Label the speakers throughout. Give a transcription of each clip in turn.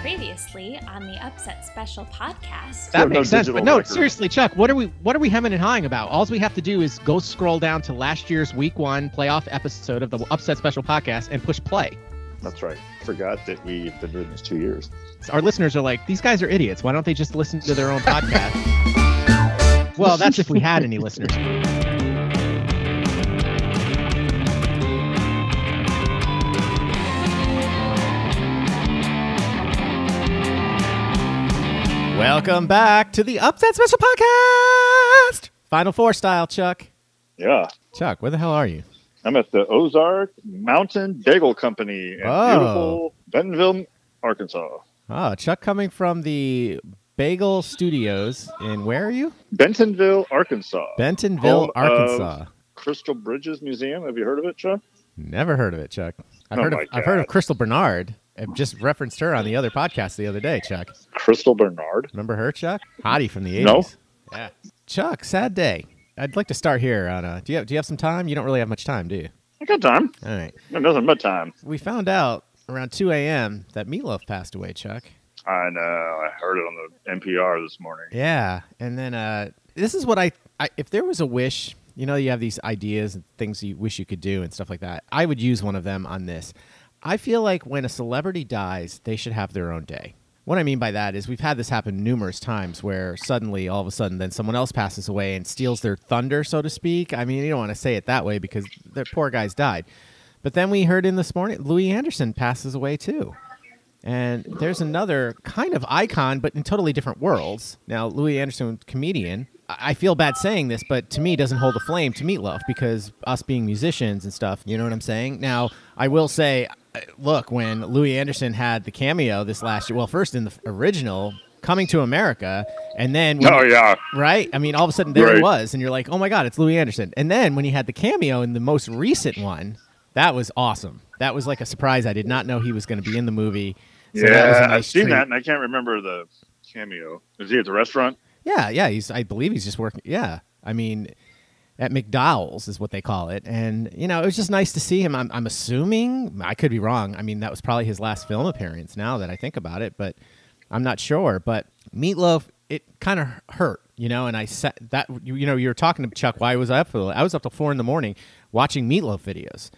Speaker 1: previously on the Upset Special podcast.
Speaker 2: That
Speaker 3: no
Speaker 2: makes sense.
Speaker 3: digital
Speaker 2: But no,
Speaker 3: record.
Speaker 2: seriously, Chuck, what are we what are we hemming and hawing about? All we have to do is go scroll down to last year's week one playoff episode of the Upset Special Podcast and push play.
Speaker 3: That's right. Forgot that we've been doing this two years.
Speaker 2: Our listeners are like, these guys are idiots. Why don't they just listen to their own podcast? well, that's if we had any listeners. Welcome back to the Upset Special Podcast. Final four style, Chuck.
Speaker 3: Yeah.
Speaker 2: Chuck, where the hell are you?
Speaker 3: I'm at the Ozark Mountain Bagel Company in
Speaker 2: Oh.
Speaker 3: beautiful Bentonville, Arkansas.
Speaker 2: Oh, Chuck coming from the Bagel Studios in where are you?
Speaker 3: Bentonville, Arkansas.
Speaker 2: Bentonville,
Speaker 3: Home of-
Speaker 2: Arkansas.
Speaker 3: Crystal Bridges Museum. Have you heard of it, Chuck?
Speaker 2: Never heard of it, Chuck. I've
Speaker 3: Oh
Speaker 2: heard of
Speaker 3: my
Speaker 2: I've heard of
Speaker 3: God.
Speaker 2: Crystal Bernard. I just referenced her on the other podcast the other day, Chuck.
Speaker 3: Crystal Bernard.
Speaker 2: Remember her, Chuck? Hottie from the 80s.
Speaker 3: No.
Speaker 2: Yeah. Chuck, sad day. I'd like to start here on uh do you have do you have some time? You don't really have much time, do you?
Speaker 3: I got time.
Speaker 2: All right.
Speaker 3: Got nothing but time.
Speaker 2: We found out around two AM that Meatloaf passed away, Chuck.
Speaker 3: I know. I heard it on the NPR this morning.
Speaker 2: Yeah, and then uh, this is what I, I if there was a wish, you know, you have these ideas and things you wish you could do and stuff like that. I would use one of them on this. I feel like when a celebrity dies, they should have their own day. What I mean by that is we've had this happen numerous times where suddenly all of a sudden then someone else passes away and steals their thunder, so to speak. I mean, you don't want to say it that way because the poor guy's died. But then we heard in this morning Louis Anderson passes away too. And there's another kind of icon, but in totally different worlds. Now, Louis Anderson, comedian. I I feel bad saying this, but to me, doesn't hold a flame to Meatloaf because us being musicians and stuff. You know what I'm saying? Now, I will say, uh, look, when Louis Anderson had the cameo this last year, well, first in the original Coming to America, and then when-
Speaker 3: Oh, yeah.
Speaker 2: right? I mean, all of a sudden there it
Speaker 3: Right.
Speaker 2: was, and you're like, oh my god, it's Louis Anderson. And then when he had the cameo in the most recent one, that was awesome. That was like a surprise. I did not know he was going to be in the movie. So that was a
Speaker 3: yeah. I've
Speaker 2: nice
Speaker 3: seen
Speaker 2: treat.
Speaker 3: that, and I can't remember the cameo. Is he at the restaurant?
Speaker 2: Yeah, yeah. He's, I believe he's just working. Yeah, I mean, at McDowell's is what they call it, and you know, it was just nice to see him. I'm, I'm assuming I could be wrong. I mean, that was probably his last film appearance. Now that I think about it, but I'm not sure. But Meatloaf, it kind of hurt, you know. And I sat that you, you know you were talking to Chuck. Why was I up? till- I was up till four in the morning watching Meatloaf videos,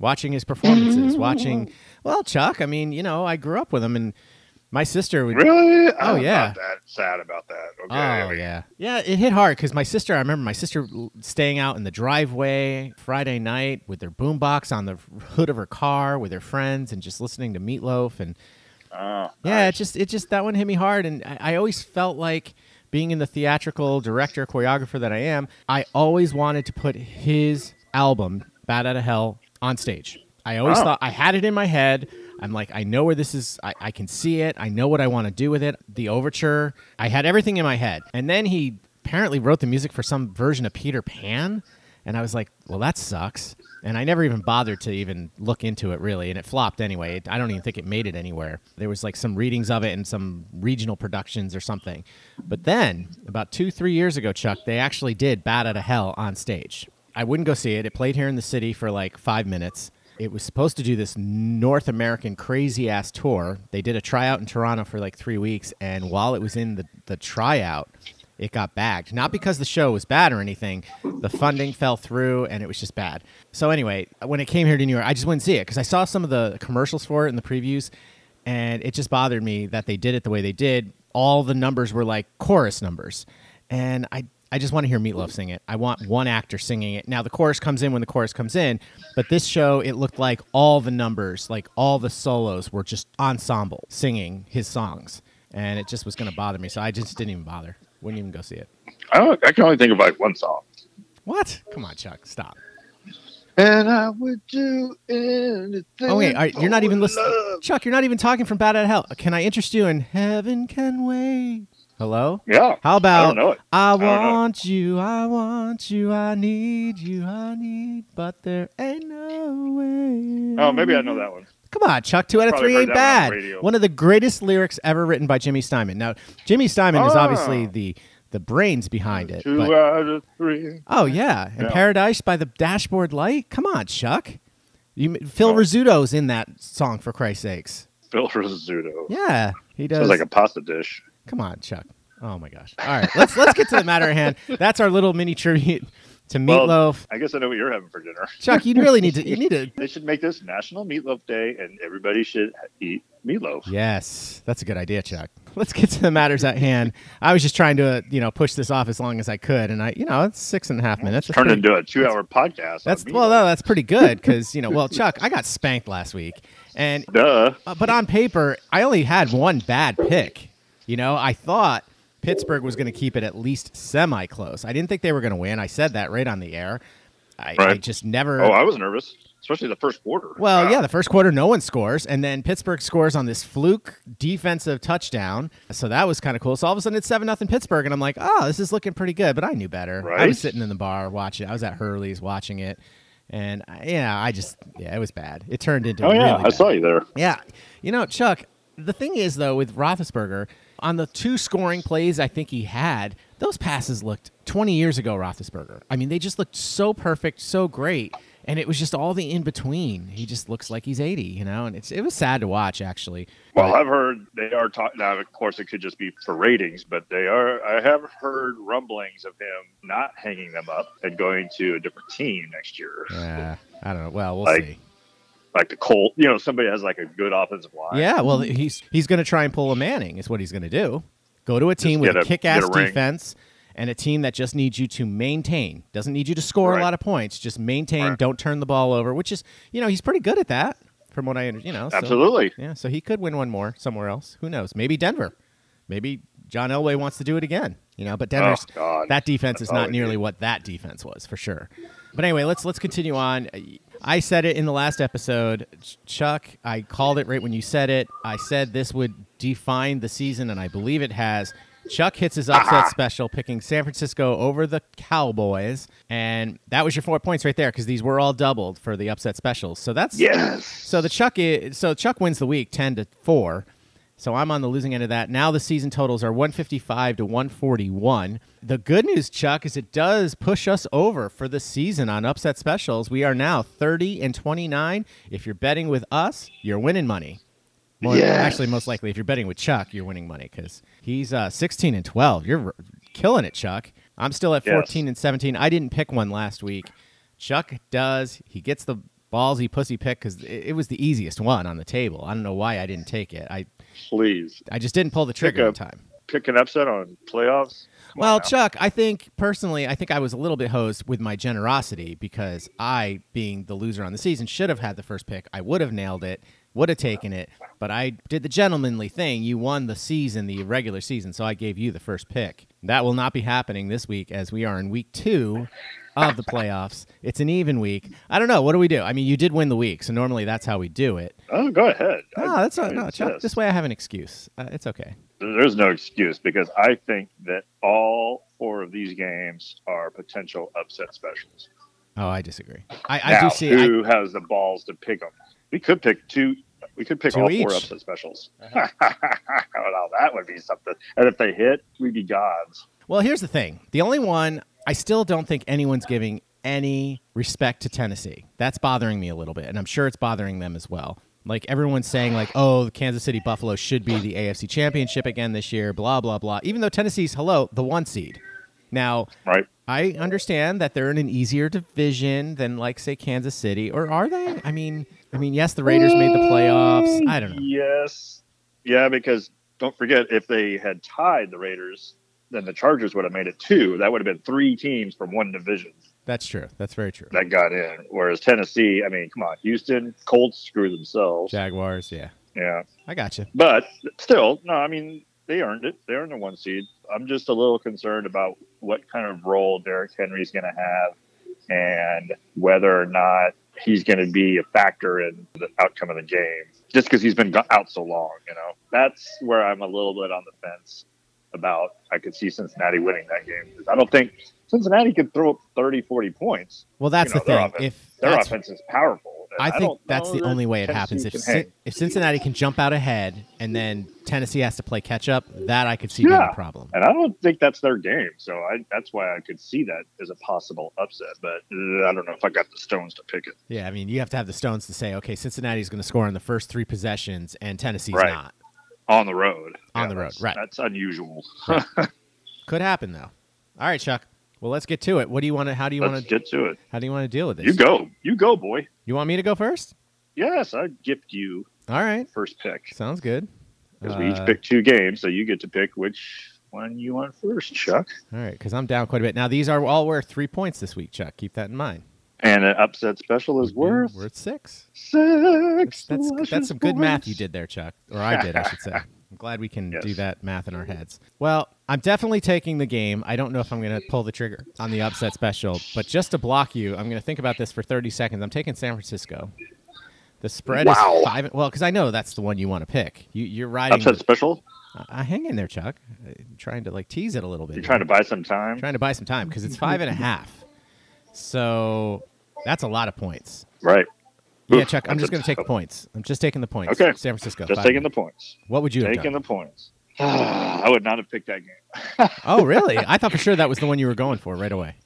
Speaker 2: watching his performances, watching. Well, Chuck, I mean, you know, I grew up with him, and my sister would
Speaker 3: Really?
Speaker 2: Oh,
Speaker 3: I'm
Speaker 2: yeah.
Speaker 3: Not that sad about that. Okay.
Speaker 2: Oh yeah, yeah. It hit hard because my sister. I remember my sister l- staying out in the driveway Friday night with their boombox on the hood of her car with her friends and just listening to Meatloaf and
Speaker 3: Oh,
Speaker 2: yeah, it just it just that one hit me hard, and I, I always felt like being in the theatrical director choreographer that I am. I always wanted to put his album "Bad Out of Hell" on stage. I always
Speaker 3: Oh.
Speaker 2: thought I had it in my head. I'm like, I know where this is. I, I can see it. I know what I want to do with it. The overture. I had everything in my head, and then he apparently wrote the music for some version of Peter Pan, and I was like, well, that sucks. And I never even bothered to even look into it really, and it flopped anyway. It, I don't even think it made it anywhere. There was like some readings of it and some regional productions or something. But then, about two, three years ago, Chuck, they actually did Bat Out of Hell on stage. I wouldn't go see it. It played here in the city for like five minutes. It was supposed to do this North American crazy ass tour. They did a tryout in Toronto for like three weeks, and while it was in the, the tryout, it got bagged. Not because the show was bad or anything. The funding fell through and it was just bad. So anyway, when it came here to New York, I just wouldn't see it because I saw some of the commercials for it in the previews, and it just bothered me that they did it the way they did. All the numbers were like chorus numbers, and I I just want to hear Meatloaf sing it. I want one actor singing it. Now the chorus comes in when the chorus comes in, but this show it looked like all the numbers, like all the solos were just ensemble singing his songs, and it just was going to bother me. So I just didn't even bother. Wouldn't even go see it.
Speaker 3: I, don't, I can only think of like one song.
Speaker 2: What? Come on, Chuck, stop.
Speaker 3: And I would do anything.
Speaker 2: Oh wait, all right, you're not even
Speaker 3: for
Speaker 2: listening,
Speaker 3: love.
Speaker 2: Chuck. You're not even talking from Bad at Hell. Can I interest you in Heaven Can Wait? Hello.
Speaker 3: Yeah.
Speaker 2: How
Speaker 3: I
Speaker 2: about
Speaker 3: don't know it.
Speaker 2: I
Speaker 3: don't know.
Speaker 2: want you, I want you, I need you, I need, but there ain't no way.
Speaker 3: Oh, maybe I know that one.
Speaker 2: Come on, Chuck. Two out of
Speaker 3: Probably
Speaker 2: three
Speaker 3: heard
Speaker 2: ain't
Speaker 3: that one on
Speaker 2: bad.
Speaker 3: the radio.
Speaker 2: One of the greatest lyrics ever written by Jimmy Steinman. Now, Jimmy Steinman is obviously
Speaker 3: Ah.
Speaker 2: the the brains behind it.
Speaker 3: Two
Speaker 2: but-
Speaker 3: out of three.
Speaker 2: oh yeah, and
Speaker 3: Yeah.
Speaker 2: Paradise by the Dashboard Light. Come on, Chuck. You, Phil
Speaker 3: Oh.
Speaker 2: Rizzuto's in that song for Christ's sakes.
Speaker 3: Bill Rizzuto.
Speaker 2: Yeah, he does.
Speaker 3: Sounds like a pasta dish.
Speaker 2: Come on, Chuck. Oh my gosh. All right, let's let's get to the matter at hand. That's our little mini tribute to
Speaker 3: Well-
Speaker 2: Meatloaf.
Speaker 3: I guess I know what you're having for dinner.
Speaker 2: Chuck, you really need to. You need to.
Speaker 3: They should make this National Meatloaf Day, and everybody should eat meatloaf.
Speaker 2: Yes, that's a good idea, Chuck. Let's get to the matters at hand. I was just trying to, uh, you know, push this off as long as I could, and I, you know, it's six and a half minutes. That's
Speaker 3: Turn
Speaker 2: pretty-
Speaker 3: into a two-hour podcast.
Speaker 2: That's
Speaker 3: on
Speaker 2: well,
Speaker 3: meatloaf.
Speaker 2: no, that's pretty good because you know, well, Chuck, I got spanked last week, and
Speaker 3: duh.
Speaker 2: Uh, but on paper, I only had one bad pick. You know, I thought Pittsburgh was going to keep it at least semi close. I didn't think they were going to win. I said that right on the air. I, I
Speaker 3: Right.
Speaker 2: just never.
Speaker 3: Oh, I was nervous, especially the first quarter.
Speaker 2: well,
Speaker 3: Wow.
Speaker 2: yeah, the first quarter, no one scores. And then Pittsburgh scores on this fluke defensive touchdown. So that was kind of cool. So all of a sudden, it's 7 nothing Pittsburgh. And I'm like, oh, this is looking pretty good. But I knew better. I
Speaker 3: Right.
Speaker 2: was sitting in the bar watching it. I was at Hurley's watching it. And, I, yeah, I just, yeah, it was bad. It turned into
Speaker 3: Oh yeah,
Speaker 2: really
Speaker 3: I
Speaker 2: bad.
Speaker 3: saw you there.
Speaker 2: Yeah, you know, Chuck. The thing is, though, with Roethlisberger, on the two scoring plays I think he had, those passes looked 20 years ago. Roethlisberger. I mean, they just looked so perfect, so great, and it was just all the in between. He just looks like he's 80, you know, and it's it was sad to watch actually.
Speaker 3: Well,
Speaker 2: But-
Speaker 3: I've heard they are talking. Now, of course, it could just be for ratings, but they are. I have heard rumblings of him not hanging them up and going to a different team next year,
Speaker 2: yeah, I don't know. Well, we'll
Speaker 3: Like-
Speaker 2: see.
Speaker 3: like the Colt. You know, somebody has like a good offensive line.
Speaker 2: Yeah, well, he's he's going to try and pull a Manning. Is what he's going to do. Go to a team with
Speaker 3: get
Speaker 2: a,
Speaker 3: a-
Speaker 2: kick-ass
Speaker 3: get a ring.
Speaker 2: defense and a team that just needs you to maintain. Doesn't need you to score a
Speaker 3: Right.
Speaker 2: lot of points. Just maintain.
Speaker 3: Right.
Speaker 2: Don't turn the ball over. Which is, you know, he's pretty good at that. From what I understand, you know, so-
Speaker 3: absolutely.
Speaker 2: yeah, so he could win one more somewhere else. Who knows? Maybe Denver. Maybe John Elway wants to do it again. You know, but Denver's
Speaker 3: Oh, God.
Speaker 2: that defense is
Speaker 3: That's all
Speaker 2: not
Speaker 3: we
Speaker 2: nearly
Speaker 3: need.
Speaker 2: what that defense was for sure. But anyway, let's let's continue on. I said it in the last episode, Ch- Chuck. I called it right when you said it. I said this would define the season, and I believe it has. Chuck hits his upset
Speaker 3: Ah.
Speaker 2: special, picking San Francisco over the Cowboys, and that was your four points right there because these were all doubled for the upset specials. So that's
Speaker 3: Yes.
Speaker 2: so the Chuck is, so Chuck wins the week ten to four. So I'm on the losing end of that. Now the season totals are 155 to 141. The good news, Chuck, is it does push us over for the season on upset specials. We are now 30 and 29. If you're betting with us, you're winning money. More,
Speaker 3: Yes.
Speaker 2: Actually, most likely, if you're betting with Chuck, you're winning money because he's uh, 16 and 12. You're r- killing it, Chuck. I'm still at
Speaker 3: Yes.
Speaker 2: 14 and 17. I didn't pick one last week. Chuck does. He gets the ballsy pussy pick because it, it was the easiest one on the table. I don't know why I didn't take it. I,
Speaker 3: Please
Speaker 2: I just didn't pull the trigger in
Speaker 3: up.
Speaker 2: time.
Speaker 3: pick an upset on playoffs. Come
Speaker 2: Well,
Speaker 3: on now.
Speaker 2: Chuck, I think personally, I think I was a little bit hosed with my generosity because I, being the loser on the season, should have had the first pick. I would have nailed it, would have taken it, but I did the gentlemanly thing. You won the season, the regular season, so I gave you the first pick. That will not be happening this week as we are in week two of the playoffs. It's an even week. I don't know. What do we do? I mean, you did win the week, so normally that's how we do it.
Speaker 3: oh, go ahead.
Speaker 2: No,
Speaker 3: I-
Speaker 2: that's
Speaker 3: I
Speaker 2: not, no, Chuck.
Speaker 3: insist.
Speaker 2: This way I have an excuse. Uh, it's okay.
Speaker 3: there's no excuse because I think that all four of these games are potential upset specials.
Speaker 2: Oh, I disagree. I, I
Speaker 3: now,
Speaker 2: do see. I-
Speaker 3: who has the balls to pick them? We could pick two. We could pick
Speaker 2: Two
Speaker 3: all
Speaker 2: each. Uh-huh.
Speaker 3: four upset specials. well, that would be something. And if they hit, we'd be gods.
Speaker 2: Well, here's the thing. The only one I still don't think anyone's giving any respect to Tennessee. That's bothering me a little bit, and I'm sure it's bothering them as well. Like everyone's saying, like, oh, the Kansas City Buffalo should be the AFC Championship again this year, blah blah blah. Even though Tennessee's hello the one seed. Now,
Speaker 3: Right.
Speaker 2: I understand that they're in an easier division than, like, say, Kansas City, or are they? I mean, I mean, yes, the Raiders made the playoffs. Uh, I don't know.
Speaker 3: Yes. Yeah, because don't forget, if they had tied the Raiders, then the Chargers would have made it two. That would have been three teams from one division
Speaker 2: That's true. That's very true.
Speaker 3: that got in. Whereas Tennessee, I mean, come on, Houston, Colts screw themselves.
Speaker 2: Jaguars, yeah,
Speaker 3: Yeah.
Speaker 2: I got you.
Speaker 3: But still, no, I mean, they earned it. They earned the one seed. I'm just a little concerned about what kind of role Derrick Henry's going to have and whether or not he's going to be a factor in the outcome of the game just because he's been go- out so long, you know. That's where I'm a little bit on the fence about I could see Cincinnati winning that game. I don't think Cincinnati could throw up 30, 40 points.
Speaker 2: Well, that's
Speaker 3: You know,
Speaker 2: the
Speaker 3: their
Speaker 2: thing.
Speaker 3: offense-
Speaker 2: If
Speaker 3: Their
Speaker 2: that's-
Speaker 3: offense is powerful.
Speaker 2: I think
Speaker 3: don't
Speaker 2: that's
Speaker 3: know
Speaker 2: the
Speaker 3: that
Speaker 2: only way it happens. If
Speaker 3: Tennessee
Speaker 2: Cin-
Speaker 3: can hang.
Speaker 2: if Cincinnati can jump out ahead and then Tennessee has to play catch up, that I could see being
Speaker 3: Yeah.
Speaker 2: a problem.
Speaker 3: and I don't think that's their game, so I, that's why I could see that as a possible upset. But uh, I don't know if I got the stones to pick it.
Speaker 2: Yeah, I mean, you have to have the stones to say, okay, Cincinnati's going to score in the first three possessions, and Tennessee's
Speaker 3: Right.
Speaker 2: not.
Speaker 3: on the road.
Speaker 2: On the road,
Speaker 3: that's-
Speaker 2: right.
Speaker 3: That's unusual.
Speaker 2: Could happen though. All right, Chuck. Well, let's get to it. What do you want to? How do you
Speaker 3: Let's
Speaker 2: want to?
Speaker 3: get to it.
Speaker 2: How do you want to deal with this?
Speaker 3: You go, you go, boy.
Speaker 2: You want me to go first?
Speaker 3: Yes, I gift you
Speaker 2: All right,
Speaker 3: first pick
Speaker 2: sounds good.
Speaker 3: because we each
Speaker 2: Uh,
Speaker 3: pick two games, so you get to pick which one you want first, Chuck.
Speaker 2: All right, because I'm down quite a bit. Now these are all worth three points this week, Chuck. Keep that in mind.
Speaker 3: And an upset special is worth
Speaker 2: We're at six.
Speaker 3: six.
Speaker 2: Mm-hmm, That's that's, that's some good
Speaker 3: delicious
Speaker 2: math you
Speaker 3: points.
Speaker 2: did there, Chuck, or I did, I should say. I'm glad we can do
Speaker 3: Yes.
Speaker 2: that math in our heads. Well, I'm definitely taking the game. I don't know if I'm going to pull the trigger on the upset special, but just to block you, I'm going to think about this for 30 seconds. I'm taking San Francisco. The spread
Speaker 3: Wow.
Speaker 2: is five. Well, because I know that's the one you want to pick. You, you're riding.
Speaker 3: Upset special.
Speaker 2: I, I hang in there, Chuck. i trying to like tease it a little bit.
Speaker 3: You're trying to buy some time,
Speaker 2: trying to buy some time because it's five and a half. So that's a lot of points.
Speaker 3: right?
Speaker 2: Yeah,
Speaker 3: Oof,
Speaker 2: Chuck, I'm just
Speaker 3: that's a
Speaker 2: going to take the
Speaker 3: tough-
Speaker 2: points. I'm just taking the points.
Speaker 3: Okay.
Speaker 2: San Francisco.
Speaker 3: Just
Speaker 2: five
Speaker 3: taking the
Speaker 2: minutes.
Speaker 3: points.
Speaker 2: What would you have
Speaker 3: Taking
Speaker 2: done?
Speaker 3: the points. I would not have picked that game.
Speaker 2: Oh, really? I thought for sure that was the one you were going for right away.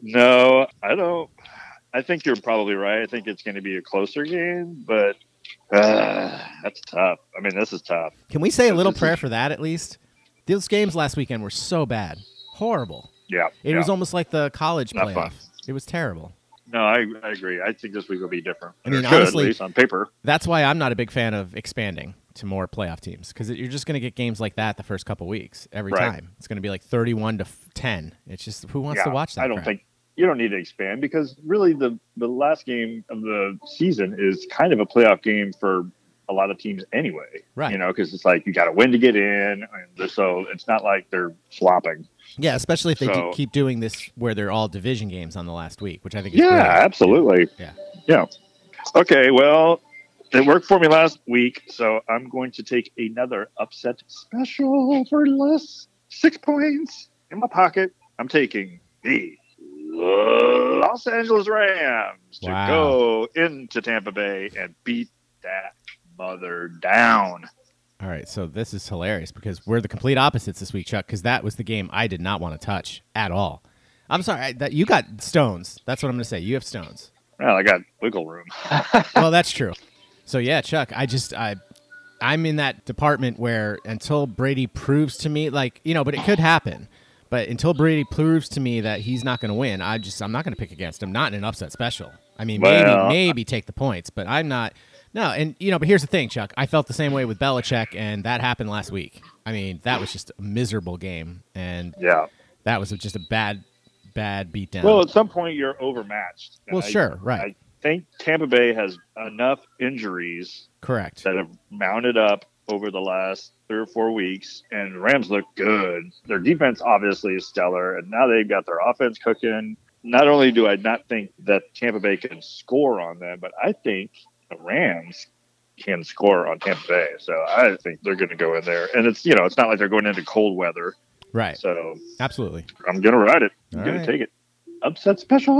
Speaker 3: No, I don't. I think you're probably right. I think it's going to be a closer game, but uh, that's tough. I mean, this is tough.
Speaker 2: Can we say a
Speaker 3: So
Speaker 2: little
Speaker 3: this
Speaker 2: prayer
Speaker 3: is-
Speaker 2: for that at least? Those games last weekend were so bad, horrible.
Speaker 3: Yeah.
Speaker 2: It
Speaker 3: yeah.
Speaker 2: was almost like the college
Speaker 3: Not
Speaker 2: playoff.
Speaker 3: fun.
Speaker 2: It was terrible.
Speaker 3: no, I, I agree. I think this week will be different.
Speaker 2: I mean,
Speaker 3: Or should, at
Speaker 2: honestly-
Speaker 3: least on paper.
Speaker 2: That's why I'm not a big fan of expanding to more playoff teams because you're just going to get games like that the first couple weeks every
Speaker 3: Right.
Speaker 2: time. It's going to be like 31 to f- 10. It's just who wants
Speaker 3: yeah,
Speaker 2: to watch that?
Speaker 3: I don't
Speaker 2: crap?
Speaker 3: think you don't need to expand because really the the last game of the season is kind of a playoff game for a lot of teams anyway.
Speaker 2: Right.
Speaker 3: You know, because it's like you got to win to get in, and so it's not like they're flopping.
Speaker 2: Yeah, especially if they do-
Speaker 3: So-
Speaker 2: keep doing this where they're all division games on the last week, which I think is
Speaker 3: Yeah,
Speaker 2: brilliant.
Speaker 3: absolutely.
Speaker 2: Yeah.
Speaker 3: Yeah. Okay, well, it worked for me last week, so I'm going to take another upset special for less six points in my pocket. I'm taking the Los Angeles Rams
Speaker 2: Wow.
Speaker 3: to go into Tampa Bay and beat that mother down.
Speaker 2: All right, so this is hilarious because we're the complete opposites this week, Chuck. Because that was the game I did not want to touch at all. I'm sorry I, that you got stones. That's what I'm going to say. You have stones.
Speaker 3: Well, I got wiggle room.
Speaker 2: well, that's true. So yeah, Chuck, I just I I'm in that department where until Brady proves to me like, you know, but it could happen. But until Brady proves to me that he's not going to win, I just I'm not going to pick against him. Not in an upset special. I mean,
Speaker 3: Well-
Speaker 2: maybe maybe take the points, but I'm not. No, and you know, but here's the thing, Chuck. I felt the same way with Belichick, and that happened last week. I mean, that was just a miserable game, and
Speaker 3: Yeah.
Speaker 2: that was just a bad, bad beatdown.
Speaker 3: Well, at some point, you're overmatched.
Speaker 2: Well,
Speaker 3: I
Speaker 2: sure, right,
Speaker 3: think Tampa Bay has enough injuries
Speaker 2: correct.
Speaker 3: that have mounted up over the last three or four weeks, and the Rams look good. Their defense obviously is stellar, and now they've got their offense cooking. Not only do I not think that Tampa Bay can score on them, but I think the Rams can score on Tampa Bay. So I think they're going to go in there, and it's you know it's not like they're going into cold weather.
Speaker 2: Right,
Speaker 3: So
Speaker 2: absolutely.
Speaker 3: I'm going to ride it. I'm
Speaker 2: All
Speaker 3: going
Speaker 2: right.
Speaker 3: to take it. Upset special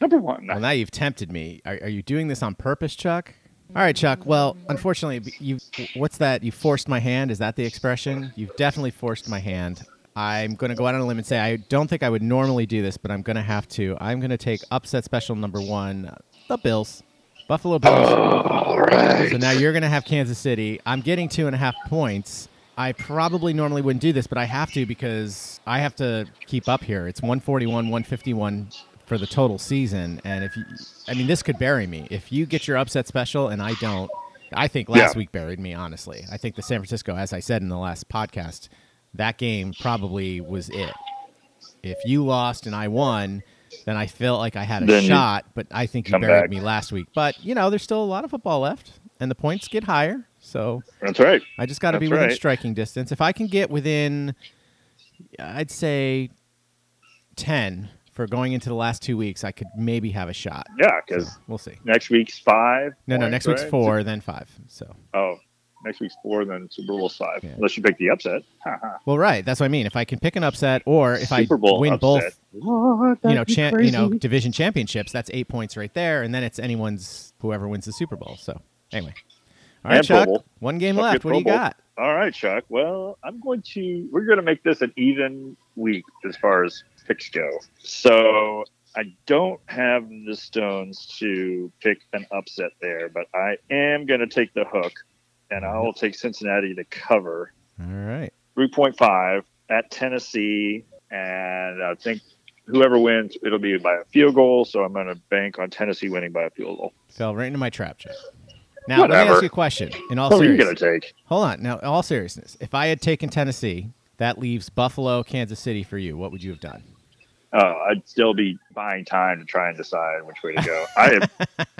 Speaker 3: number one.
Speaker 2: Well, now you've tempted me. Are, are you doing this on purpose, Chuck? All right, Chuck. Well, unfortunately, b- you what's that? You forced my hand. Is that the expression? You've definitely forced my hand. I'm going to go out on a limb and say I don't think I would normally do this, but I'm going to have to. I'm going to take upset special number one, the Bills, Buffalo Bills.
Speaker 3: All right.
Speaker 2: So now you're going to have Kansas City. I'm getting two and a half points. I probably normally wouldn't do this, but I have to because I have to keep up here. It's 141, 151 for the total season. And if you, I mean, this could bury me. If you get your upset special and I don't, I think last
Speaker 3: Yeah.
Speaker 2: week buried me, honestly. I think the San Francisco, as I said in the last podcast, that game probably was it. If you lost and I won, then I felt like I had a
Speaker 3: Then you
Speaker 2: shot, but I think you
Speaker 3: come
Speaker 2: buried
Speaker 3: back.
Speaker 2: me last week. But you know, there's still a lot of football left, and the points get higher. So
Speaker 3: That's right.
Speaker 2: I just got to be
Speaker 3: That's
Speaker 2: within
Speaker 3: right.
Speaker 2: striking distance. If I can get within, I'd say, ten for going into the last two weeks, I could maybe have a shot.
Speaker 3: Yeah,
Speaker 2: So
Speaker 3: because
Speaker 2: we'll see.
Speaker 3: next week's five.
Speaker 2: No, no,
Speaker 3: points,
Speaker 2: next week's
Speaker 3: right?
Speaker 2: four, then five. So
Speaker 3: Oh, next week's four, then Super Bowl's five.
Speaker 2: Yeah.
Speaker 3: Unless you pick the upset. Ha, ha.
Speaker 2: well, right. That's what I mean. If I can pick an upset, or if I
Speaker 3: Super Bowl
Speaker 2: win both,
Speaker 3: upset. Lord,
Speaker 2: you
Speaker 3: that'd
Speaker 2: know,
Speaker 3: be
Speaker 2: cha- you know,
Speaker 3: crazy.
Speaker 2: division championships. That's eight points right there, and then it's anyone's whoever wins the Super Bowl. So anyway, all right,
Speaker 3: And Pro
Speaker 2: Chuck,
Speaker 3: Bowl.
Speaker 2: one game
Speaker 3: Chuck,
Speaker 2: left.
Speaker 3: your
Speaker 2: What do you
Speaker 3: Pro Bowl.
Speaker 2: got?
Speaker 3: All right, Chuck. Well, I'm going to. We're going to make this an even week as far as picks go. So I don't have the stones to pick an upset there, but I am going to take the hook, and I will take Cincinnati to cover
Speaker 2: All right,
Speaker 3: 3.5 at Tennessee, and I think whoever wins, it'll be by a field goal. So I'm going to bank on Tennessee winning by a field goal.
Speaker 2: fell right into my trap, Chuck. Now let me
Speaker 3: Whatever. Oh,
Speaker 2: ask you a question. In all
Speaker 3: Who are you going
Speaker 2: seriousness,
Speaker 3: to take?
Speaker 2: hold on. Now, in all seriousness, if I had taken Tennessee, that leaves Buffalo, Kansas City for you. What would you have done?
Speaker 3: uh, I'd still be buying time to try and decide which way to go. I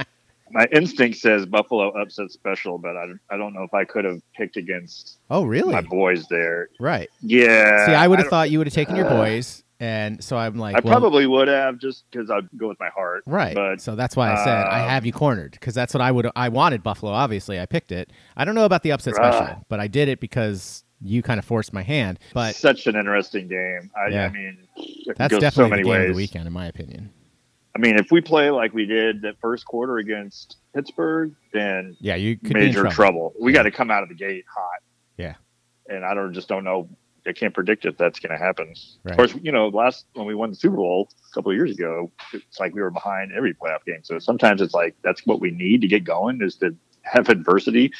Speaker 3: my instinct says Buffalo upset special, but I, I don't know if I could have picked against
Speaker 2: Oh, really?
Speaker 3: my boys there.
Speaker 2: Right.
Speaker 3: Yeah,
Speaker 2: See, I would have
Speaker 3: don't-
Speaker 2: thought you would have taken your
Speaker 3: Uh,
Speaker 2: boys, and so I'm like,
Speaker 3: I
Speaker 2: well,
Speaker 3: probably would have just because I'd go with my heart.
Speaker 2: Right.
Speaker 3: but
Speaker 2: so that's why I said I
Speaker 3: uh,
Speaker 2: have you cornered because that's what I would I wanted Buffalo. Obviously, I picked it. I don't know about the upset
Speaker 3: Right.
Speaker 2: special, but I did it because you kind of forced my hand. But
Speaker 3: such an interesting game. I,
Speaker 2: Yeah.
Speaker 3: I mean, it
Speaker 2: that's
Speaker 3: goes
Speaker 2: definitely
Speaker 3: so many
Speaker 2: the game
Speaker 3: ways.
Speaker 2: of the weekend, in my opinion.
Speaker 3: I mean, if we play like we did that first quarter against Pittsburgh, then
Speaker 2: Yeah, you could be in
Speaker 3: major
Speaker 2: trouble.
Speaker 3: trouble. We
Speaker 2: Yeah.
Speaker 3: got to come out of the gate hot.
Speaker 2: Yeah.
Speaker 3: And I don't just don't know. I can't predict if that's going to happen.
Speaker 2: Right.
Speaker 3: Of course, you know, last when we won the Super Bowl a couple of years ago, it's like we were behind every playoff game. So sometimes it's like that's what we need to get going is to have adversity.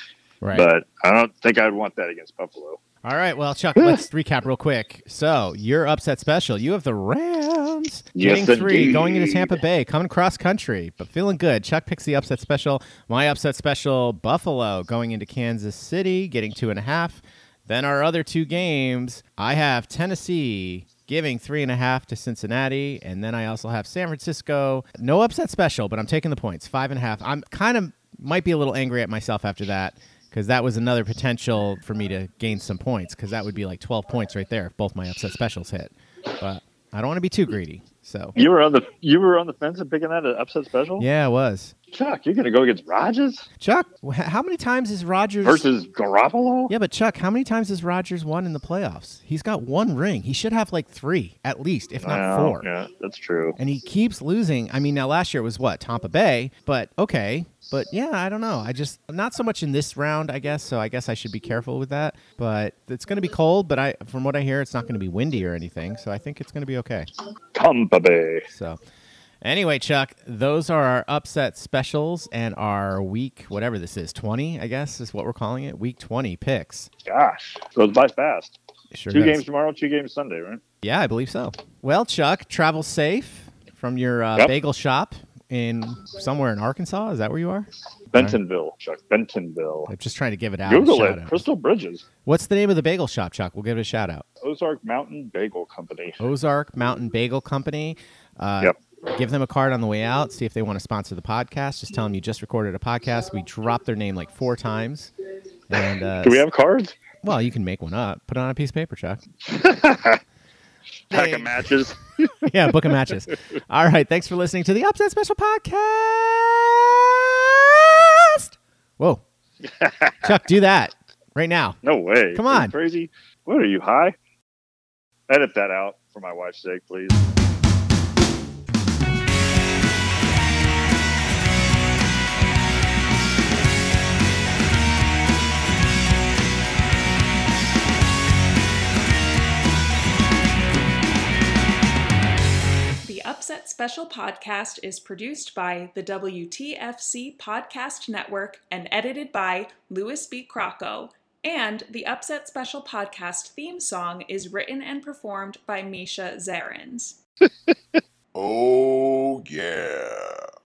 Speaker 2: Right.
Speaker 3: But I don't think I'd want that against Buffalo.
Speaker 2: All right. Well, Chuck, let's recap real quick. So your upset special, you have the Rams
Speaker 3: Yes,
Speaker 2: getting three,
Speaker 3: indeed.
Speaker 2: going into Tampa Bay, coming cross country, but feeling good. Chuck picks the upset special. My upset special, Buffalo going into Kansas City, getting two and a half. Then our other two games, I have Tennessee giving three and a half to Cincinnati, and then I also have San Francisco. No upset special, but I'm taking the points, five and a half. I'm kind of might be a little angry at myself after that because that was another potential for me to gain some points because that would be like 12 points right there if both my upset specials hit. But I don't want to be too greedy. So,
Speaker 3: You were on the you were on the fence and picking that an upset special.
Speaker 2: yeah, it was.
Speaker 3: Chuck, you're going to go against Rogers
Speaker 2: Chuck, wh- how many times is Rogers?
Speaker 3: versus Garoppolo.
Speaker 2: Yeah, but Chuck, how many times has Rogers won in the playoffs? He's got one ring. He should have like three at least, if not
Speaker 3: Well,
Speaker 2: four.
Speaker 3: Yeah, that's true.
Speaker 2: And he keeps losing. I mean, now last year it was what Tampa Bay, but okay. But yeah, I don't know. I just not so much in this round, I guess. So I guess I should be careful with that. But it's going to be cold. But I, from what I hear, it's not going to be windy or anything. So I think it's going to be okay.
Speaker 3: Tampa Bay.
Speaker 2: So anyway, Chuck, those are our upset specials and our week, whatever this is, twenty, I guess is what we're calling it, week twenty picks.
Speaker 3: Gosh, goes by fast.
Speaker 2: Sure
Speaker 3: two
Speaker 2: does.
Speaker 3: games tomorrow, two games Sunday, right?
Speaker 2: Yeah, I believe so. Well, Chuck, travel safe from your uh,
Speaker 3: Yep.
Speaker 2: bagel shop in somewhere in Arkansas. Is that where you are?
Speaker 3: Bentonville, Chuck. Bentonville.
Speaker 2: I'm just trying to give it out. a
Speaker 3: Google
Speaker 2: shout
Speaker 3: it.
Speaker 2: out.
Speaker 3: Crystal Bridges.
Speaker 2: What's the name of the bagel shop, Chuck? We'll give it a shout out.
Speaker 3: Ozark Mountain Bagel Company.
Speaker 2: Ozark Mountain Bagel Company. Uh,
Speaker 3: Yep.
Speaker 2: Give them a card on the way out. See if they want to sponsor the podcast. Just tell them you just recorded a podcast. We dropped their name like four times. And uh,
Speaker 3: Do we have cards?
Speaker 2: well, you can make one up. Put it on a piece of paper, Chuck.
Speaker 3: Pack of matches.
Speaker 2: yeah, book of matches. All right, thanks for listening to the Upset Special Podcast. Whoa, Chuck, do that right now.
Speaker 3: No way.
Speaker 2: Come
Speaker 3: Are you
Speaker 2: on.
Speaker 3: crazy. What are you high? Edit that out for my wife's sake, please.
Speaker 1: The Upset Special podcast is produced by the WTFC Podcast Network and edited by Louis B. Crocco. And the Upset Special podcast theme song is written and performed by Misha Zarens.
Speaker 4: Oh, yeah.